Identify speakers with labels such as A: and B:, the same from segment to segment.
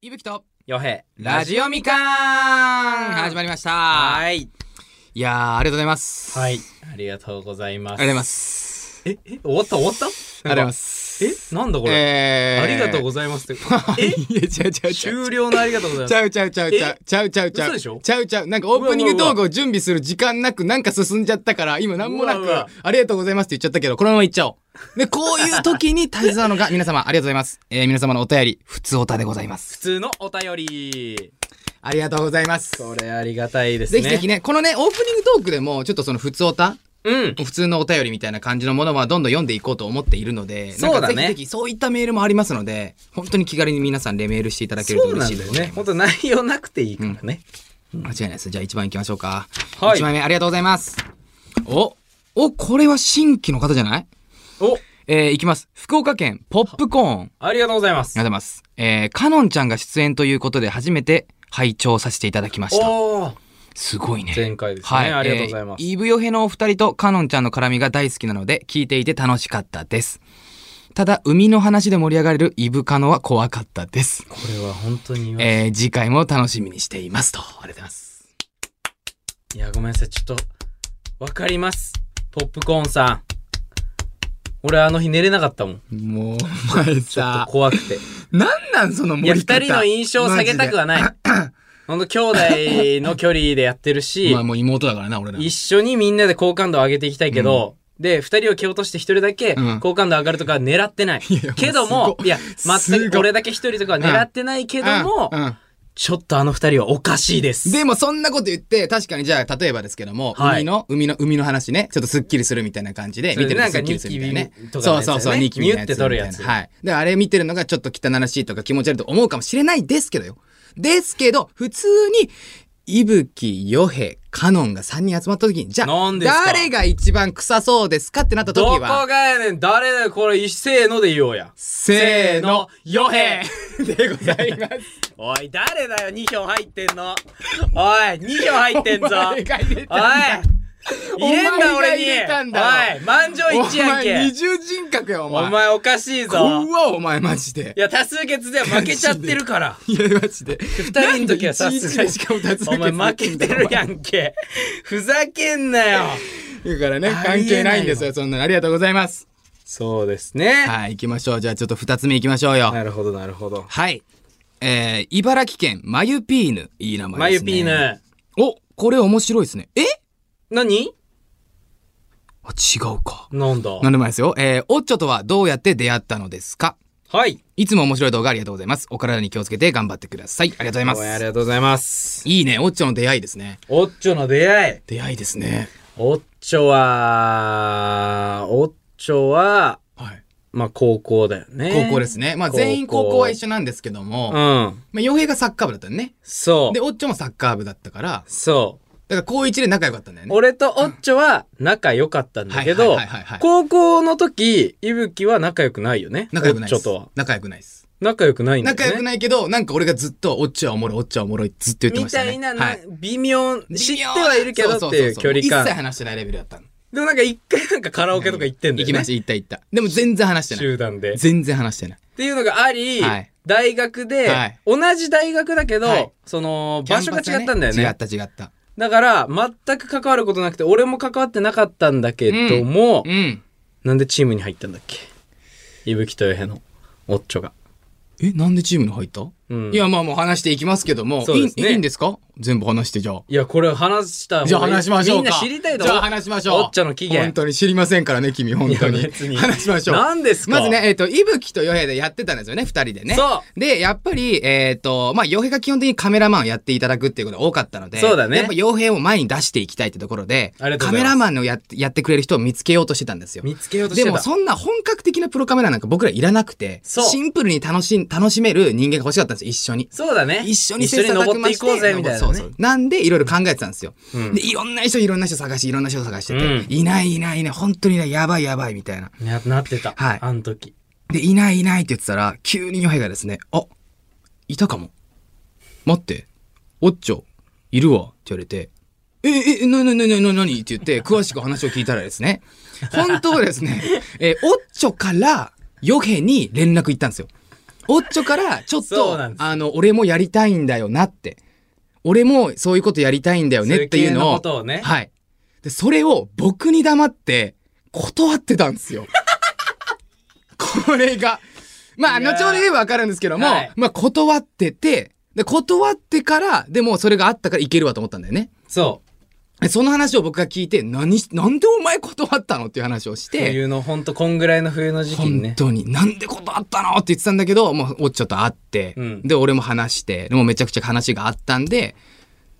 A: いぶきと
B: よへ
A: ラジオみかん始まりました
B: はい
A: いやーありがとうございます
B: はいありがとうございま
A: あ
B: す
A: りがとうございます
B: ええ終わった終わったあ
A: ありがとうございます
B: えなんだこれ、
A: え
B: ありがとうご
A: ざい
B: ざいますって
A: ます
B: え
A: いやちゃうちゃう ちゃう
B: 終了のありがとうございます
A: ちゃうちゃうちゃうちゃう
B: え
A: ちゃうちゃうちゃ
B: 嘘
A: う
B: でしょ
A: ちゃうちゃうなんかオープニング
B: うわうわ
A: ト
B: うわ
A: ークを準備する時間なくなんか進んじゃったから今なんもな
B: う
A: く
B: わうわ
A: ありがとうございますって言っちゃったけどこのままいっちゃおうでこういう時に大切なのが皆様ありがとうございますえー皆様のお便り普通おたでございます
B: 普通のお便り
A: ありがとうございます
B: これありがたいです
A: ぜ
B: ね
A: ひぜひねこのねオープニングトークでもちょっとその普通おた
B: うん
A: 普通のお便りみたいな感じのものはどんどん読んでいこうと思っているので
B: そうだね
A: なんかぜひぜひそういったメールもありますので本当に気軽に皆さんでメールしていただけると
B: そう
A: 嬉しい
B: なん
A: で
B: だよ
A: す
B: ね本当内容なくていいからね、
A: 間違いないですじゃあ1番いきましょうか、
B: はい
A: 1枚目ありがとうございますおおこれは新規の方じゃない
B: お
A: えー、いきます福岡県ポップコーンありがとう
B: ありがとうございます
A: ございますえー、かのんちゃんが出演ということで初めて拝聴させていただきました
B: おお
A: すごいね
B: 前回ですね、
A: はい、
B: ありがとうございます、
A: えーイブヨヘのお二人とカノンちゃんの絡みが大好きなので、聞いていて楽しかったです。ただ、海の話で盛り上がれるイブカノは怖かったです。
B: これは本当に言わ
A: えー次回も楽しみにしていますと。ありがとうございます。
B: いや、ごめんなさい。ちょっと、わかります。ポップコーンさん。俺、あの日寝れなかったもん。
A: もう、お 前
B: ちょっ
A: さ
B: と、怖くて。
A: なんなんその
B: いや、
A: 盛り方
B: 二人の印象を下げたくはない。ほんと、兄弟の距離でやってる
A: マジで
B: し
A: まあ、もう妹だからな、俺ら。
B: 一緒にみんなで好感度を上げていきたいけど、で、二人を蹴落として一人だけ
A: うん
B: 好感度上がるとかは狙って ない。
A: や
B: けども、いや、
A: すご
B: 全
A: い
B: く俺だけ一人とかは狙ってないけども、
A: うんうん
B: ちょっとあの二人はおかしいです。
A: でもそんなこと言って、確かにじゃあ、例えばですけども、
B: はい
A: 海の、海の、海の話ね、ちょっとスッキリするみたいな感じで、
B: それ
A: 見
B: で
A: てると
B: なん
A: ス
B: か
A: ッキリするみたいなね
B: ニッキビ。とか
A: そ
B: の
A: う
B: やつだ
A: そ
B: よ
A: う
B: ね
A: そう、ニッキビのやつみたいな。
B: ニュって取るやつ
A: はい。で、あれ見てるのがちょっと汚らしいとか気持ち悪いと思うかもしれないですけどよ。ですけど、普通に、いぶき、よへ、カノンが3人集まった時に、じゃ
B: な
A: あ、
B: んですか
A: 誰が一番臭そうですかってなった時
B: どこ
A: は、
B: がやねん、誰だよ、これ、せーので言おうや。
A: せーの、
B: よへ
A: でございます。
B: おい、誰だよ、2票入ってんの。おい、2票入ってんぞ。
A: お前が入れ
B: おい
A: たんだ、お前
B: 入れんな、
A: が
B: 俺
A: 入れたん
B: に。
A: だ
B: おい、満場一致やん
A: お前二
B: け。
A: 重人格や、お
B: お
A: 前。
B: 前、おかしいぞ。
A: 怖お前マジで
B: い。や、多数決では負けちゃってるから。
A: いやマジで。
B: 二人の時はさ
A: なんで一
B: す
A: 日
B: が
A: で
B: に
A: しかも脱
B: お前、
A: 落
B: 負けてるやんけ。ふざけんなよ。
A: だからね
B: ありえ
A: 関係
B: ないわ
A: ないんですよそんなのありがとうございます。
B: そうですね。
A: はい行きましょうじゃあちょっと二つ目行きましょうよ。
B: なるほど、なるほど。
A: はい。えー、茨城県まゆピーヌいい名
B: マ
A: 前で
B: ユ
A: す
B: ピ
A: ね。
B: ーヌ。
A: おこれ面白いですね。え？
B: 何
A: あ違うか。
B: なんだ。
A: なんでもないですよ。えー、オッチョとはどうやって出会ったのですか。
B: はい。
A: いつも面白い動画ありがとうございます。お体に気をつけて頑張ってください。ありがとうご
B: 応
A: ざ
B: 援
A: いま
B: あり
A: す。
B: がとうございます。
A: いいね。オッチョの出会いですね。
B: おっちょの出会い。
A: 出会いですね。
B: おっちょは、おっちょは、
A: はい。
B: まあ高校だよね。
A: 高校で。すね。まあ全員高校は一緒なんですけども、
B: うん。
A: まあ、洋平がサッカー部だったのね。
B: そ
A: で、
B: う。
A: おっちょもサッカー部だったから、だか
B: そ
A: ら高一で仲良かったんだよ
B: う。
A: ね。
B: 俺とおっちょは仲良かったんだけ
A: は
B: ど
A: いはいはいはいはい、
B: 高校の時、いぶきは仲良くないよね。
A: 仲良くない
B: お
A: で
B: っち
A: す
B: ょとは。。
A: 仲良くないです。
B: 仲良くないんだよね。
A: 仲良くないけど、なんか俺がずっと、おっちょはおもろい、おっちょはおもろい、ずっと言ってま
B: み
A: した
B: た
A: ね。
B: いな、
A: は
B: な微妙、
A: い、
B: 知ってはいるけどっていう距離
A: そそそそもう一切
B: 感。
A: 話してないレベルだったの。
B: でもなんか一回なんかカラオケとか行ってんだ
A: 行
B: よ
A: き
B: ね
A: ました、。行った行った。でも全然話してない。
B: 集団で。
A: 全然話してない。
B: っていうのがあり、
A: はい
B: 大学で、
A: はい
B: 同じ大学だけど、
A: はい
B: その場所が
A: キャ
B: 違
A: ン
B: っ
A: パ
B: た
A: ス
B: んだ
A: が
B: よね
A: 違った違った。
B: だから全く関わることなくて俺も関わってなかったんだけども、
A: うん。
B: なんでチームに入ったんだっけ伊吹とよへのおっちょが、
A: え、なんでチームに入った、
B: うん、
A: いや、まあもう話していきますけども、
B: そうですね
A: いいいいんですか全部話してじゃあ。
B: いやこれ話した方がいい
A: じゃあ話しましょうか。
B: みんな知りたいだ
A: じ
B: ろ
A: ゃあ話しましょう。
B: おっちょの起源
A: 本当に知りませんからね、君、本当
B: い
A: に。
B: や別に
A: 話しましょう。
B: 何ですか
A: まずね、えっ、と、いぶきとよへでやってたんですよね、二人でね。。
B: そう
A: で、やっぱり、えっ、と、まあ、よへが基本的にカメラマンをやっていただくっていうことが多かったので、
B: そうだね
A: やっぱよへを前に出していきたいってところで、
B: ありがと
A: カ
B: うござ
A: メ
B: います
A: ラマンのやってやってくれる人を見つけようとしてたんですよ。
B: 見つけようとし
A: で
B: てた
A: もそんな本格的なプロカメラなんか僕らいらなくて、
B: そう
A: シンプルに楽しん楽しめる人間が欲しかったんですよ、一緒に。
B: そうだね
A: 一緒に
B: 一緒に
A: 切磋琢磨
B: 登っていこうぜみたいなね
A: そうそうなんでいろいろ考えてたんですよ、
B: うん
A: でいろんな人いろんな人探しいろんな人探してて、
B: うん
A: いないいないいない本当にいないやばいやばいみたいな
B: ななってた、
A: はい
B: あの時
A: でいないいないって言ってたら急にヨヘがですねあいたかも待っておっちょいるわって言われてえ、え、な、な、な、な、な、なにって言って、詳しく話を聞いたらです ね、本当はですね、えー、おっちょから、ヨヘに連絡行ったんですよ。オッチョからちょっ
B: そう
A: と
B: なんです
A: あの俺もやりたいんだよなって俺もそういうことやりたいんだよねっていう
B: そう
A: の
B: 系
A: を
B: ことをね。
A: はいでそれを僕に黙って断ってたんです よこれがまあ
B: いやー
A: 後ほど言えば分かるんですけども、
B: はい
A: まあ断っててで断ってからでもそれがあったからいけるわと思ったんだよね
B: そ
A: でその話を僕が聞いて何しなんでお前断ったのっていう話をし
B: う。
A: て
B: 冬の、ほんと、こんぐらいの冬の時期に
A: 本
B: ね。
A: 当に、なんでことあったのって言ってたんだけど、もう、おっちょと会って、
B: うん
A: で、俺も話して、でもめちゃくちゃ話があったんで、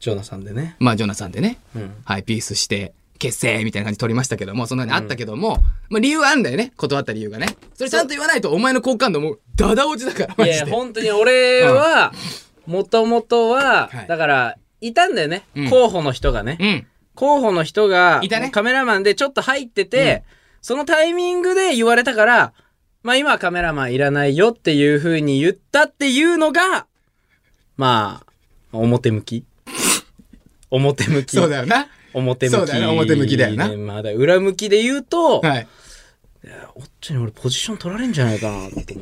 B: ジョナさんでね。
A: まあ、ジョナさんでね、
B: うん。
A: はい、ピースして、結成みたいな感じで取りましたけども、そんなにあったけども、まあ、理由はあんだよね。断った理由がね。それちゃんと言わないと、お前の好感度もう、ダダ落ちだから、マ
B: い
A: ジ
B: や、
A: で。
B: 本当に俺は、もともとは
A: はい、
B: だから、いたんだよね
A: うん。
B: 候補の人がね。
A: うん。
B: 候補の人が、
A: いたね
B: カメラマンでちょっと入ってて、そのタイミングで言われたから、まあ今はカメラマンいらないよっていう風に言ったっていうのが、まあ、表向 き。表向き。
A: そうだよな。
B: 表向き。
A: そうだよな表向きだよな
B: ねまあだから裏向きで言うと、
A: はい。
B: おっちょに俺ポジション取られんじゃないかなと思って。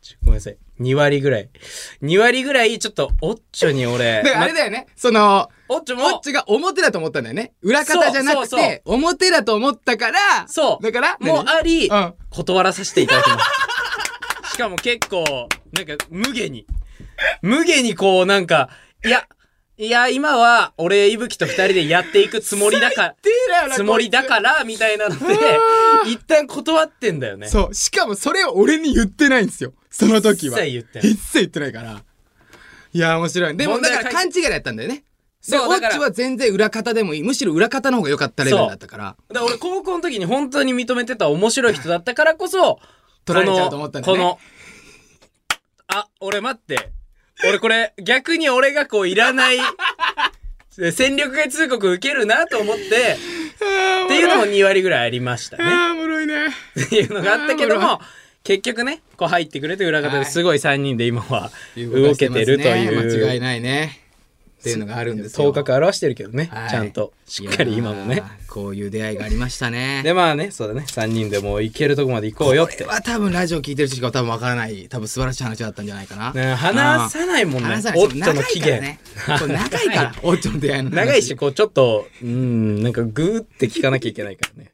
B: ちょごめんなさい。2割ぐらい。2割ぐらい、ちょっと、おっちょに俺。
A: だからあれだよね。その、
B: まおっちょも
A: オッチが表だと思ったんだよね。裏方じゃなくて、
B: そうそうそう
A: 表だと思ったから、
B: そう
A: だから、
B: もうあり、
A: 何うん
B: 断らさせていただ きます。しかも結構、なんか、無下に。無下にこう、なんか、いや、いや、今は、俺、いぶきと二人でやっていくつ もりだから、
A: 低いなこいつ
B: つもりだから、みたいなので、一旦断ってんだよね。
A: そう。しかもそれを俺に言ってないんですよ。その時は。
B: 一切言ってない
A: 一切言ってないから。いや、面白い。でも、
B: 問
A: だ
B: 題
A: か
B: は
A: ら
B: 解
A: 勘違いだったんだよね。
B: そう
A: で
B: だから
A: オッチは全然裏方でもいい。むしろ裏方の方が良かったレベルだったから。
B: だから俺、高校の時に本当に認めてた面白い人だったからこそ、
A: 取られちゃうと思ったんだね
B: この、このあ、俺待って。俺これ、逆に俺がこう、いらない、 戦力外通告受けるなと思って、っていうのも2割ぐらいありました
A: あ
B: ね。
A: ー、おもろいね。
B: っていうのがあったけど
A: なる
B: も、結局ね、こう入ってくれて裏方
A: は
B: で
A: い
B: すごい3人で今は動けてるという。
A: 間違いないね。っていうのがあるんですよ。
B: 頭角表してるけどね、
A: はい
B: ちゃんとしっかり今も
A: い
B: ね
A: やー。こういう出会いがありましたね。
B: でまあねそうだね3人でもう行けるとこまで行こうよっ
A: これ
B: て、
A: は多分ラジオ聞いてる人しか多分わからない、多分素晴らしい話だったんじゃないかな。
B: ね、話さないもんね
A: 話さない
B: おっちょの期限、
A: 長いからね。これ長いか ら、おっちょの出会いの話
B: 長いし。こうちょっとうんなんかグーって聞かなきゃいけないからね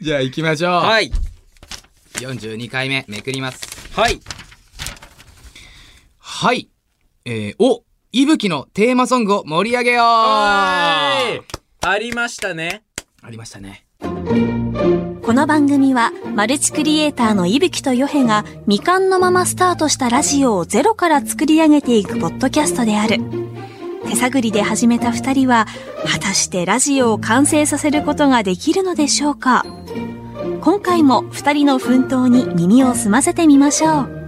A: じゃあ行きましょう。
B: はい
A: 42回目、めくります。
B: はい
A: はい。えー、お、いぶきのテーマソングを盛り上げよう
B: あ
A: あ
B: りましたね
A: りましたね。
C: この番組はマルチクリエイターの伊吹とヨヘが未完のままスタートしたラジオをゼロから作り上げていくポッドキャストである手探りで始めた二人は果たしてラジオを完成させることができるのでしょうか今回も二人の奮闘に耳を澄ませてみましょう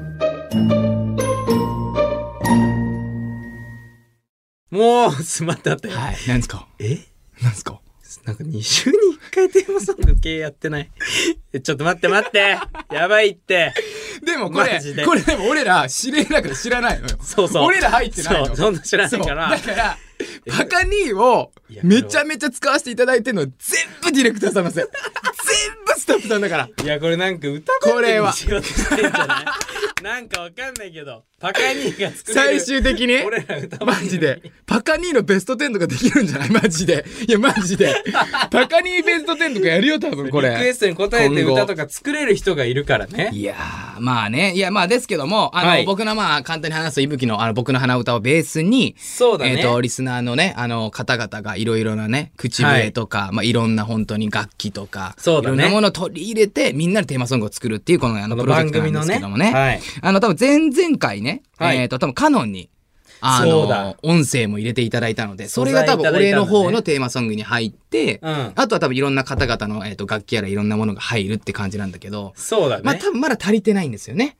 B: もうすまったったよ
A: はい。なんすか
B: え
A: なんすか
B: なんか2週に1回テーマソング系やってないえちょっと待って待ってやばいって
A: でもこれ
B: マジ、で
A: これでも俺ら知れなくて知らないのよ。
B: そうそう
A: 俺ら入ってないの。
B: そうそんな知らないから
A: そうだから、パカニーを
B: いや
A: めちゃめちゃ使わせていただいてるのは全部ディレクターさんのせい。全部スタッフさんだから。
B: いやこれなんか歌
A: これは
B: しようとしてんじゃないなんかわかんないけどパカニーが作れ
A: 最
B: る
A: 終的に
B: 俺ら歌
A: マ
B: 番組
A: ジで。パカニーのベスト10とかできるんじゃないマジで。いや、マジ で。パカニーベスト10とかやるよ、多分こ
B: リクエ
A: れ。
B: ストに答えて
A: 今後
B: 歌とか作れる人がいるからね。
A: いやー、まあね。いや、まあですけども、あの、
B: はい
A: 僕のまあ、簡単に話すと、いぶきの、あの、僕の鼻歌をベースに、
B: そうだね。
A: えっ、と、リスナーのね、あの、方々がいろいろなね、口笛とか、い、まあ、いろんな本当に楽器とか、
B: そうだね
A: いろんなものを取り入れて、みんなでテーマソングを作るっていう、この、あの、プロジェクトなんですけどもね。
B: はい。
A: あの、多分前々回ね、
B: はい
A: えっ、と、多分カノンに、あ
B: そうだ
A: の、音声も入れていただいたので、それが多分
B: 素材い
A: 俺
B: ただいた
A: の
B: んだね
A: 方のテーマソングに入って、
B: うん
A: あとは多分いろんな方々の、えっと楽器やらいろんなものが入るって感じなんだけど、
B: そうだね。
A: まあ多分まだ足りてないんですよね。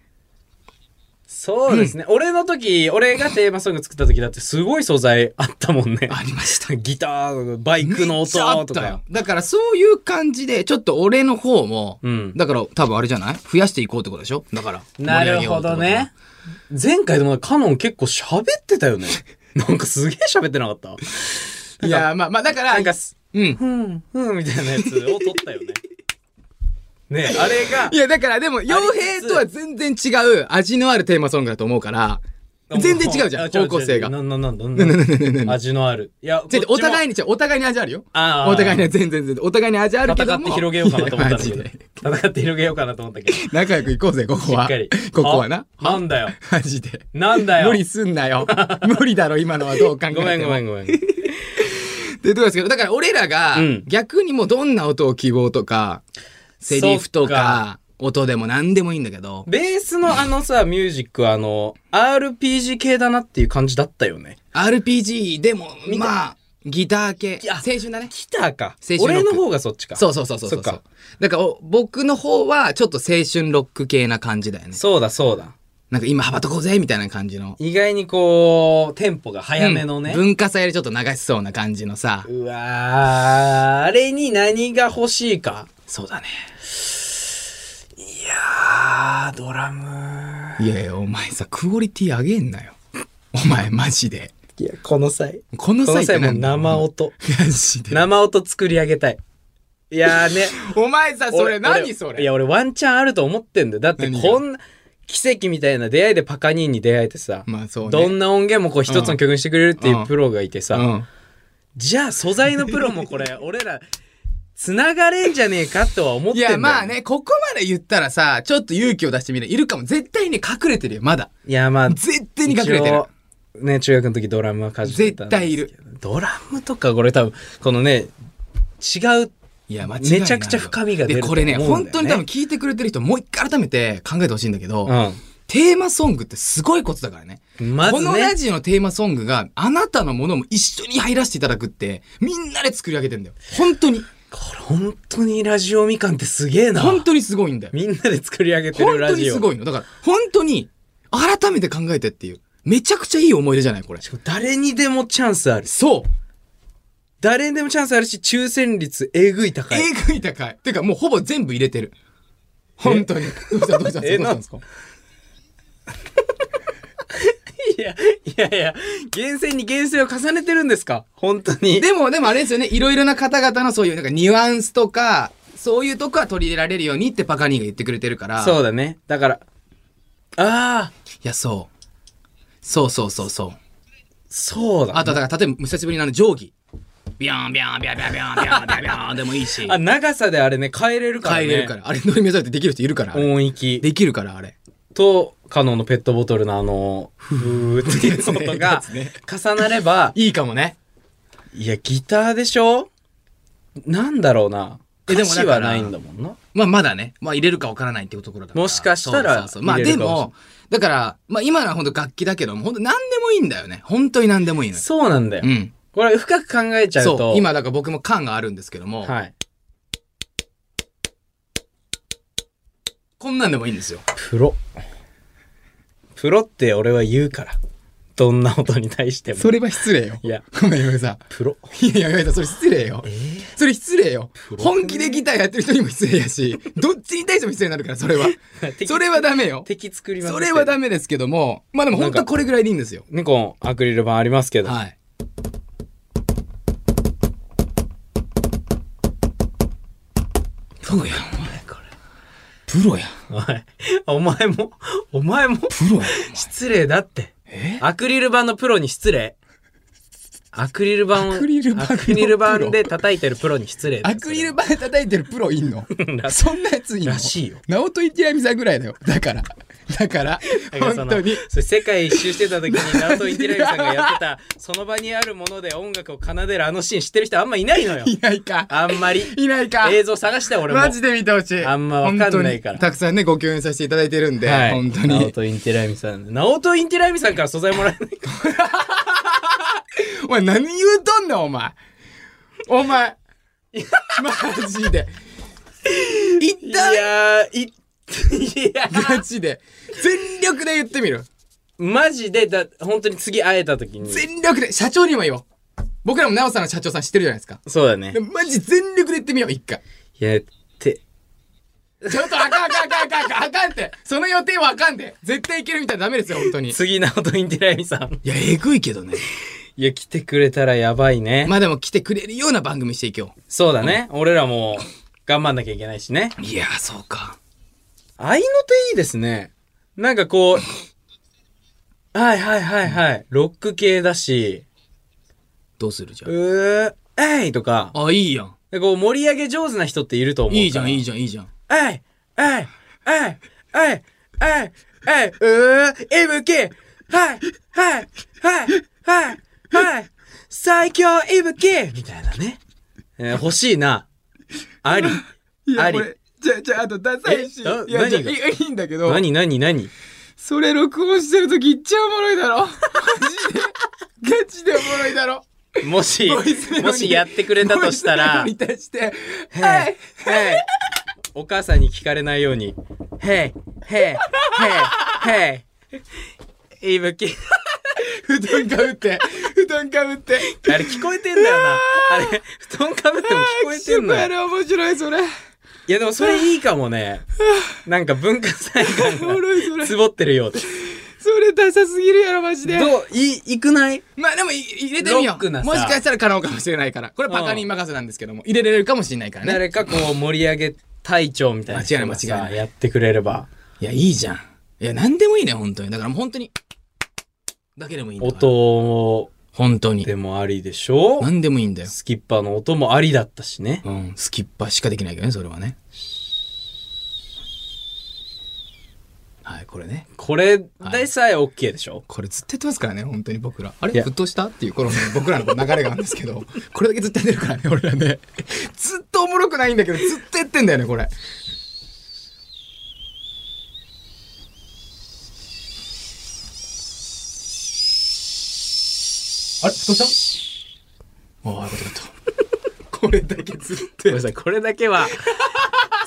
B: そうですね。俺の時、俺がテーマソング作った時だってすごい素材あったもんね。
A: ありました。
B: ギター、バイクの
A: めっちゃあ
B: 音
A: っ
B: と
A: たよ
B: か。
A: だからそういう感じで、ちょっと俺の方も、
B: うん
A: だから多分あれじゃない増やしていこうってことでしょだから。
B: なるほどね。前回でもカノン結構喋ってたよね。なんかすげえ喋ってなかった。
A: 盛り上げようってこと。いや、まあまあだから、
B: なんかす、
A: うん。
B: ふん、ふんみたいなやつを撮ったよね。ねあれが
A: い、や、だからでも、傭兵とは全然違う味のあるテーマソングだと思うから、全然違うじゃん、
B: あ違
A: 方向性が。
B: 違う
A: 違
B: な
A: うん
B: なんなんなんなん味のある。いや、
A: お互い
B: に、
A: に違う、お互いに味あるよ。
B: あー
A: お互いには全然全然、お互いに味あるけ
B: 戦
A: ど
B: っ
A: も。
B: て広げようかなと思ったんだ
A: い
B: け
A: や
B: ど
A: マジで。
B: 戦って広げようかなと思ったけど。し
A: 仲良く行こうぜ、ここ
B: っ
A: は
B: かり。。
A: ここはな。
B: あなんだよ。
A: マジで。
B: なんだよ。
A: 無理すんなよ。無理だろ、今のはどう考えて
B: ご
A: も。
B: めんごめ
A: ん。
B: んごめん。
A: ってとこですけど、だから俺らが
B: うん、
A: 逆にもうどんな音を希望とか、セリフと
B: そっか
A: か、音でも何でもいいんだけど、
B: ベースのあのさ、ミュージックはあの、RPG 系だなっていう感じだったよね。
A: RPG でも、
B: 見た
A: まあ、ギター系、
B: いや
A: 青春だね。
B: ギターか
A: 青春。ロック
B: 俺の方がそっちか。
A: そうそうそうそうそう
B: そっか
A: だからお僕の方はちょっと青春ロック系な感じだよね
B: そうだそうだ。
A: なんか今羽ばたこうぜみたいな感じの
B: 意外にこう、テンポが早めのね。
A: うん文化祭でちょっと流しそうな感じのさ
B: うわー、あれに何が欲しいか。
A: そうだね
B: あー、ドラム。
A: いやいやお前さクオリティ上げんなよお前マジで
B: いや、この際。
A: この
B: こ
A: 際
B: の
A: って
B: 際
A: な
B: もう
A: んだ
B: 生音。
A: マジで
B: 生音作り上げたい。いやーね。
A: お前さ それ
B: 俺俺
A: 何それ
B: いや、俺ワンチャンあると思ってんだよ。だって
A: 何が
B: こんな、奇跡みたいな出会いでパカニーに出会えてさ。
A: まあそうね
B: どんな音源もこう一つの曲にしてくれるっていうプロがいてさ、
A: うん
B: じゃあ素材のプロも これ俺ら繋がれんじゃねえかとは思っ
A: い
B: てんだよ
A: やまあねここまで言ったらさちょっと勇気を出してみるいるかも絶対に隠れてるよまだ
B: いやまあ
A: 絶対に隠れてる
B: 一応ね中学の時ドラムはかじってたんですけど
A: 絶
B: ドラムとかこれ多分このね違う
A: いや、間違い
B: めちゃくちゃ深みが出る
A: で、これね、
B: と思う
A: 本
B: んだよ
A: 当
B: ね
A: に多分聞いてくれてる人、もう一回改めて考えてほしいんだけど、
B: う
A: テーマソングってすごいことだからね。
B: んま
A: こ
B: ず
A: の
B: ね
A: ラジオのテーマソングがあなたのものも一緒に入らせていただくって、みんなで作り上げてんだよ。本当に。
B: これ本当にラジオみかんってすげえな
A: 本当にすごいんだよ。
B: みんなで作り上げて
A: 本
B: る
A: 当
B: ラ
A: に
B: ジオ
A: すごいの。だから、本当に、改めて考えてっていう。めちゃくちゃいい思い出じゃないこれ
B: し。かも誰にでもチャンスある
A: そう。
B: 誰にでもチャンスあるし抽選率えぐい高い
A: えぐい高い。てか、もうほぼ全部入れてる。本当に。どうしたどうしたどう
B: え
A: したんですか
B: いや、いやいや、厳選に厳選を重ねてるんですか本当に。
A: でも、でもあれですよね、いろいろな方々のそういうなんかニュアンスとか、そういうとこは取り入れられるようにってパカニーが言ってくれてるから。。
B: そううだね。だから、ああ、
A: いや、そう。そうそうそうそう。
B: そうだ。
A: あと、だから、例えば、久しぶりのあの、定規。ビャーン、ビャーン、ビャーン、ビャーン、ビャーン、ビャーン、ビャーン、ビャーンでもいいし。
B: あ、長さであれね、変えれるからね。
A: 帰れるから。あれ乗り目指ってできる人いるから。あれ
B: 音域
A: できるから、あれ。
B: と、カノンのペットボトルのあの、ふーっていう音が 重なれば、
A: いいかもね。
B: いや、ギターでしょなんだろうな。
A: えで
B: 歌
A: もだから
B: 詞はないんだもんな。
A: まあ、まだね。まあ、入れるかわからないっていうところだから。
B: もしかした
A: そ
B: ら
A: うそうそうまあ、
B: 入れ
A: で
B: るかもしれない
A: も、だから、まあ、今のは本当楽器だけども、本当何でもいいんだよね。本当に何でもいいのよ。
B: そうなんだよ
A: う。ん。
B: これ深く考えちゃう
A: そ
B: と
A: う。、今、だから僕も感があるんですけども、
B: はい。
A: こんなんでもいいんですよ。
B: プロ。プロって俺は言うから。どんな音に対しても。
A: それは失礼よ。
B: いや、
A: ごめん、岩井さ
B: プロ。
A: ん。いや、岩井さん、それ失礼よ。それ失礼よ。本気でギターやってる人にも失礼や し、どっちに対しても失礼になるから、それは。
B: 敵
A: それはダメよ。
B: 敵作ります。
A: それはダ
B: メ。
A: メですけども、まあでも本当はこれぐらいでいいんですよ。
B: ね、このアクリル板ありますけど。
A: はい。プロやん、お前、これ。プロやん。
B: おい。お前も、お前も、
A: プロやん。
B: 失礼だって。アクリル板のプロに失礼。アクリル板を、
A: アクリル板のプロ
B: アクリル板で叩いてるプロに失礼だ
A: ア
B: よ
A: クリル板で叩いてるプロいんの
B: ら
A: そんなやついんの
B: らしいよ
A: 直人池上さんぐらいだよ。だから。だから、
B: それだからそ
A: 本
B: の
A: 当に。
B: それ世界一周してた時に、ナオト・インティライブさんがやってた、その場にあるもので音楽を奏でるあのシーン知ってる人あんまいないのよ。
A: いないか。
B: あんまり。
A: いないか。
B: 映像探して俺も。
A: マジで見てほしい。
B: あんまわかんないから
A: 本当にたくさんね、ご共演させていただいてるんで、
B: はい。
A: 本当
B: ナオ
A: に。
B: ト・インティライミさん。ナオト・インティライミさんから素材もらえないか。
A: お前何言うとんねん、お前。お前。マジで。
B: い
A: 一旦
B: やー、い、いや、
A: ガチで。全力で言ってみる。
B: マジで、だ、本当に次会えた時に。
A: 全力で。社長にも言おう。僕らも奈緒さんの社長さん知ってるじゃないですか。
B: そうだね
A: で。マジ全力で言ってみよう、一回。
B: いや、て、
A: ちょっとあかんあかんあかんあかんあかんあかんって。その予定はあかんで。絶対いけるみたいなダメですよ、本当に。い
B: 次、ナオト・インティライミさん。
A: や、えぐいけどね。
B: いや、来てくれたらやばいね。
A: まあでも来てくれるような番組していきよう。
B: そうだね。俺らも、頑張んなきゃいけないしね。
A: いやー、そうか。
B: 合いの手いいですね。なんかこう、はいはいはいはい。ロック系だし、
A: どうするじゃ。
B: うんー、えいとか、
A: あ、いいやん。
B: でこう盛り上げ上手な人っていると思うから。
A: いいじゃん、いい
B: じ
A: じゃん、いいじゃん。
B: ゃん。えいえいえいえいえいえいうー、息吹はいはいはいはいはい最強息吹みたいなね。えー欲しいな。あり。
D: い
B: あ
D: や、
B: り
D: これ、じゃ、じゃ、あとダサいし。
B: えあ
D: いや、じゃ、い
B: 何が
D: いいいんだけど、
B: 何何何
D: それ録音してるときいっちゃおもろいだろ。マジで。ガチでおもろいだろ。
B: もし
D: ボイスメ、ロに
B: もしやってくれたとしたら、
D: に対して、
B: へい
D: はい。
B: へいお母さんに聞かれないように、へいへいへいへいいぶき。
D: 布団かぶ って、布団かぶって。
B: あれ聞こえてんだよな。あれ、布団かぶっても聞こえてんの
D: あ
B: よ。
D: れ面白い、 それ。
B: いやでもそれいいかも ね。なんか文化祭
D: おも
B: 感
D: ろい、そ
B: が
D: れ。
B: つぼってるようで。
D: それダサすぎるやろ、マジで。
B: どうい、いくない
A: まあでもい入れてみ
B: ロ
A: よ
B: ック
A: う。
B: なさ
A: もしかしたら可能かもしれないから。これパカに任せなんですけども、入れれるかもしれないからね。
B: 誰かこう盛り上げ隊長みたいな人がさ。
A: 間違いない間違いない
B: やってくれれば、
A: いや、いいじゃん。いや、なんでもいいね、本当に。だからもう本当に、だけでもいいんだから。
B: 音
A: 本当に。
B: でもありでしょ
A: なんでもいいんだよ。
B: スキッパーの音もありだったしね。
A: うん、スキッパーしかできないけどね、それはね。はい、これね。
B: これでさえ OK でしょ、
A: これずっとやってますからね、本当に僕ら。あ
B: い
A: れ
B: や
A: 沸騰したっていう頃の僕らの流れがあるんですけど、 これだけずっとやってるからね、俺ら ね。ずっとおもろくないんだけど、ずっとやってんだよね、これ。あれ沸騰したああ、よかったよかった。これだけずっと
B: ごめんなさい、これだけ は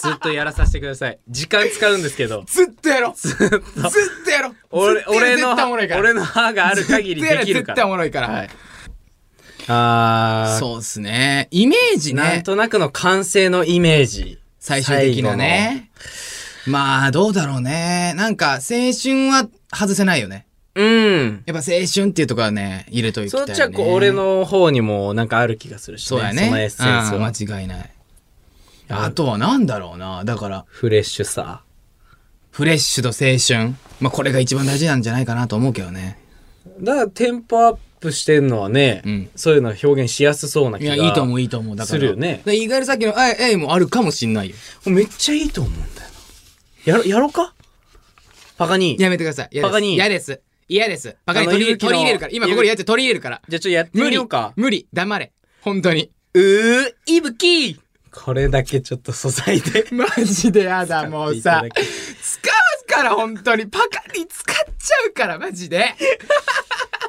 B: ずっとやらさせてください。時間使うんですけ ど。
A: ずっとやろうずっとやろう
B: 俺、俺の、俺
A: の
B: の歯がある限りできるか
A: 絶対お
B: ら。
A: もろいから。はい
B: あー、
A: そうですね。イメージ
B: なん
A: ね。
B: となくの完成のイメージ。
A: 最終的なね。まあ、どうだろうね。なんか、青春は外せないよね。
B: 最後の。うん。
A: やっぱ青春っていうところはね、入れといきたい、
B: そっ
A: ね。
B: ちはこう、俺。の方にもなんかある気がするし、ね。
A: そうやね。
B: のエッセンス
A: うん
B: は。
A: 間違いない。あとはなんだろうな。だから、
B: フレッシュさ。
A: フレッシュと青春。まあ、これが一番大事なんじゃないかなと思うけどね。
B: だからテンポアップしてんのはね、
A: うん
B: そういうの表現しやすそうな気
A: い
B: が
A: や、いいと思う、いいと思う。だから。
B: するよね
A: で意外とさっきの、えい、えいもあるかもしんないよ。
B: めっちゃいいと思うんだよな。やろ、やろうかパカに。じゃ
A: やめてください。嫌です
B: バカに
A: 嫌です。嫌です。バカに
B: あの
A: 取
B: い
A: り
B: ぶきの
A: 取り入れるから。今ここでやって取り入れるから。
B: あちょっとやって
A: 無
B: み
A: 理
B: ようか。
A: 無理。黙れ。本当に。
B: うー、いぶきこれだけちょっと素材で。
A: マジでやだ、もうさ。使うから、本当に。パカに使っちゃうから、マジで。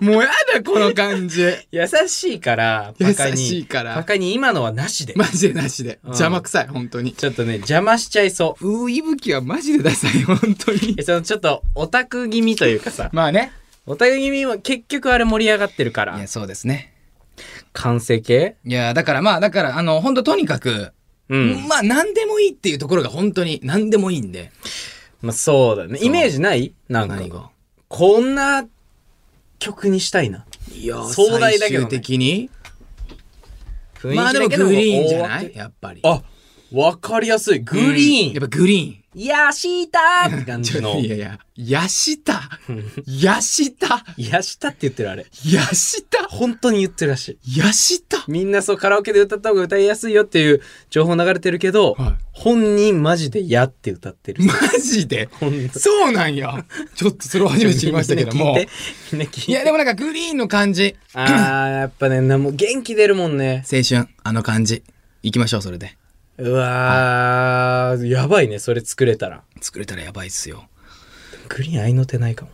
A: もうやだ、この感じ。
B: 優しいから、パカに。
A: 優しいから
B: パカに今のはなしで。
A: マジでなしで。
B: うん
A: 邪魔くさい、本当に。
B: ちょっとね、邪魔しちゃいそう
A: うー、いぶきはマジでダサい、本当に
B: え。。そのちょっとオタク気味というかさ、
A: まあね。
B: オタク気味は結局あれ盛り上がってるか
A: い
B: ら
A: や、。そうですね。
B: 完成形
A: いや、だからまあ、だから、あの、本当とにかく、
B: うん。
A: まあ、何でもいいっていうところが本当に何でもいいんで。
B: まあそうだね。イメージないなんか。
A: 何が。
B: こんな曲にしたいな。
A: いやー
B: 壮大だけどね
A: 最終的に
B: 雰囲気
A: まあでも
B: だけど
A: グリーンじゃな
B: 大
A: い
B: 枠
A: やっぱり
B: あ、わかりやすい。グリーン。
A: やっぱグリ
B: やしたーって
A: ー
B: 感
A: ン
B: じ
A: ちょ
B: の。
A: いやいややしたやした
B: やしたって言ってるあれ。
A: やした
B: 本当に言ってるらしい。
A: やした
B: みんなそうカラオケで歌った方が歌いやすいよっていう情報流れてるけど、
A: はい
B: 本人マジでやって歌って る。
A: マジで
B: ほんと
A: そうなんやちょっとそれを初めて知りましたけども
B: みんな聞いて。みんな聞いて。
A: いやでもなんかグリーンの感じ
B: あー、やっぱね、なもう元気出るもんね。
A: 青春あの感じいきましょうそれで
B: うわー、やばいね、それ作れたら。
A: 作れたらやばいっすよ
B: グリーン合いの手ないかも。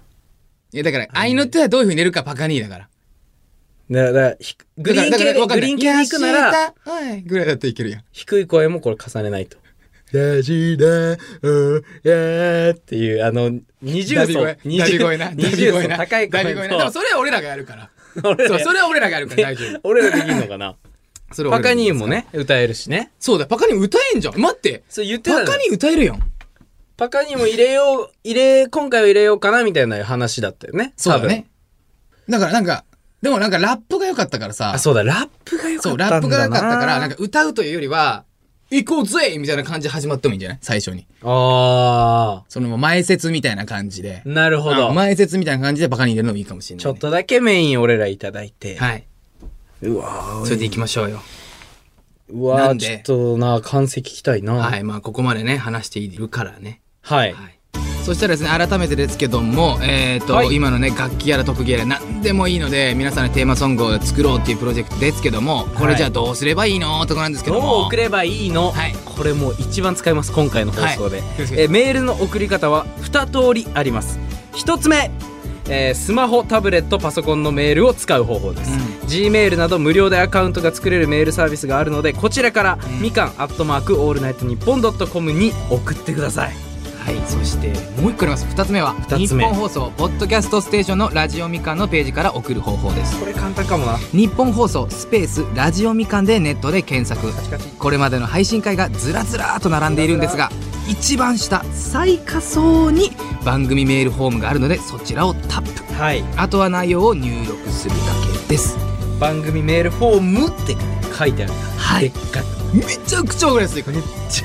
A: いやだから愛の手はどういうふうに入れるかパカニーだから
B: だから、ひグリーン
A: だ
B: 系
A: からだ
B: で、
A: からわかん
B: グ
A: な
B: リ
A: い
B: ーン系で行くな
A: や
B: ら、
A: したはいぐらいだったらいけるやん
B: 低い声もこれ重ねないと。ラジラ、うん、やーっていう、あの、二重
A: ダビ
B: 層
A: 声。
B: 二
A: ダビ
B: 重
A: 声な。
B: 層。二
A: ダビ
B: 重
A: 声
B: 層
A: な。
B: 高い
A: ダビ
B: 声
A: 声
B: と
A: な。でもそれは俺らがやるから。
B: 俺
A: そう、
B: ら
A: それは俺らがやるから大丈夫。
B: 俺らできるのかな
A: それは
B: パ
A: 俺ら
B: カ
A: が
B: ニ
A: や
B: ー
A: る
B: も。ね、歌えるしね。
A: そうだ、パカニー歌えんじゃん。待って。
B: そう言ってた
A: パ
B: の
A: カニー歌えるやん。
B: パカニーも入れよう、入れ、今回は入れようかなみたいな話だったよね。
A: そうだね。だからなんか、でもなんかラップが良かったから
B: 多分。
A: さ。
B: あ、そうだ、ラップが良
A: そ
B: か
A: う、
B: った
A: ラ
B: んだな。
A: ップが良かったから、なんか歌うというよりは、行こうぜみたいな感じで始まってもいいんじゃない最初に。
B: あ
A: その前説みたいな感じで
B: あ。。なるほど
A: あ。前説みたいな感じでバカに入れるのもいいかもしれない、
B: ちょっ。とだけメイン俺らいただいて。
A: はい。
B: うわ
A: それで行きましょうよ。
B: うわ
A: な
B: あ
A: ん
B: ちょ
A: で
B: っとな、感想聞きたいな。。
A: はいい。まあ、ここまでね、話しているからね。
B: はい。
A: はい。そしたらですね、改めてですけども、えっ、と、
B: はい
A: 今のね、楽器やら特技やら何でもいいので、皆さんのテーマソングを作ろうっていうプロジェクトですけども、これじゃあどうすればいいのとかなんですけ
B: ど
A: ど
B: う
A: も。
B: 送ればいいの、
A: はい
B: これもう一番使います今回の放送で、
A: はいよろしく
B: えーメールの送り方は2通りあります1つ目、えースマホタブレットパソコンのメールを使う方法です、G メールなど無料でアカウントが作れるメールサービスがあるのでこちらから、
A: ん
B: みかんアットマークオールナイトニッポンドットコムに送ってください
A: はい、そしてもう一個あります二つ目は
B: 二つ目
A: 日本放送ポッドキャストステーションのラジオみかんのページから送る方法です
B: これ簡単かもな
A: 日本放送スペースラジオみかんでネットで検索
B: カチカチ
A: これまでの配信会がずらずらーと並んでいるんですが一番下最下層に番組メールフォームがあるのでそちらをタップ
B: はい
A: あとは内容を入力するだけです
B: 番組メールフォームって書いてある
A: は
B: で
A: い
B: っかく
A: めちゃくちゃ分かりやすいこれ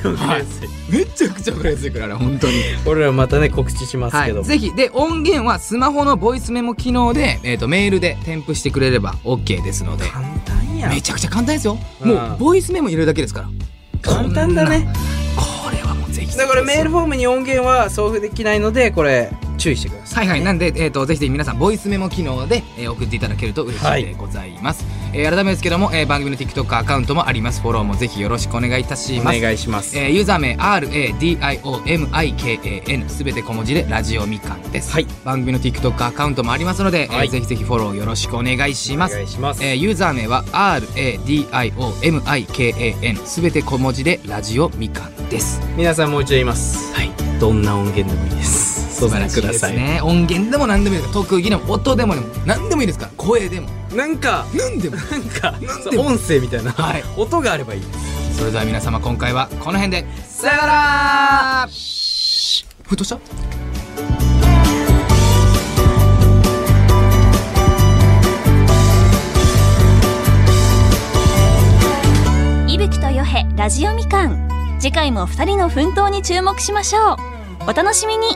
B: 超
A: はいめちゃくちゃ分かりやすいから本当に
B: 俺らまたね告知します
A: は
B: けど
A: い、ぜひで音源はスマホのボイスメモ機能で、えー、とメールで添付してくれれば OK ですので
B: 簡単やん
A: めちゃくちゃ簡単ですよ
B: うん
A: もうボイスメモ入れるだけですから
B: 簡単だね
A: これはもうぜひ
B: だからメール
A: ル
B: フォームに音源は送付できないのでこれ注意してください
A: はいはいなんで、えー、とぜひぜひ皆さんボイスメモ機能で、えー送っていただけると嬉しいでございます、えー改めですけども、えー番組の TikTok アカウントもありますフォローもぜひよろしくお願いいたし
B: お
A: ます
B: 願いします
A: えーユーザー名 RADIOMIKAN すべて小文字でラジオみかんです、
B: はい
A: 番組の TikTok アカウントもありますので、えー
B: はい
A: ぜひぜひフォローよろしくお願いしま
B: お
A: す
B: 願いします
A: えーユーザー名は RADIOMIKAN すべて小文字でラジオみかんです
B: 皆さんもう一度言います
A: はい
B: どんな音源でもいいです
A: 素晴らしいですね音源でも何でもいいですから特技でも音でもでも何でもいいですから声でも
B: なんか
A: 何でも
B: なんか
A: なんで
B: そう音声みたいな
A: はい
B: 音があればいいです
A: それでは皆様今回はこの辺で
B: さよなら
A: ふとした
C: 伊吹とよへラジオみかん次回も2人の奮闘に注目しましょうお楽しみに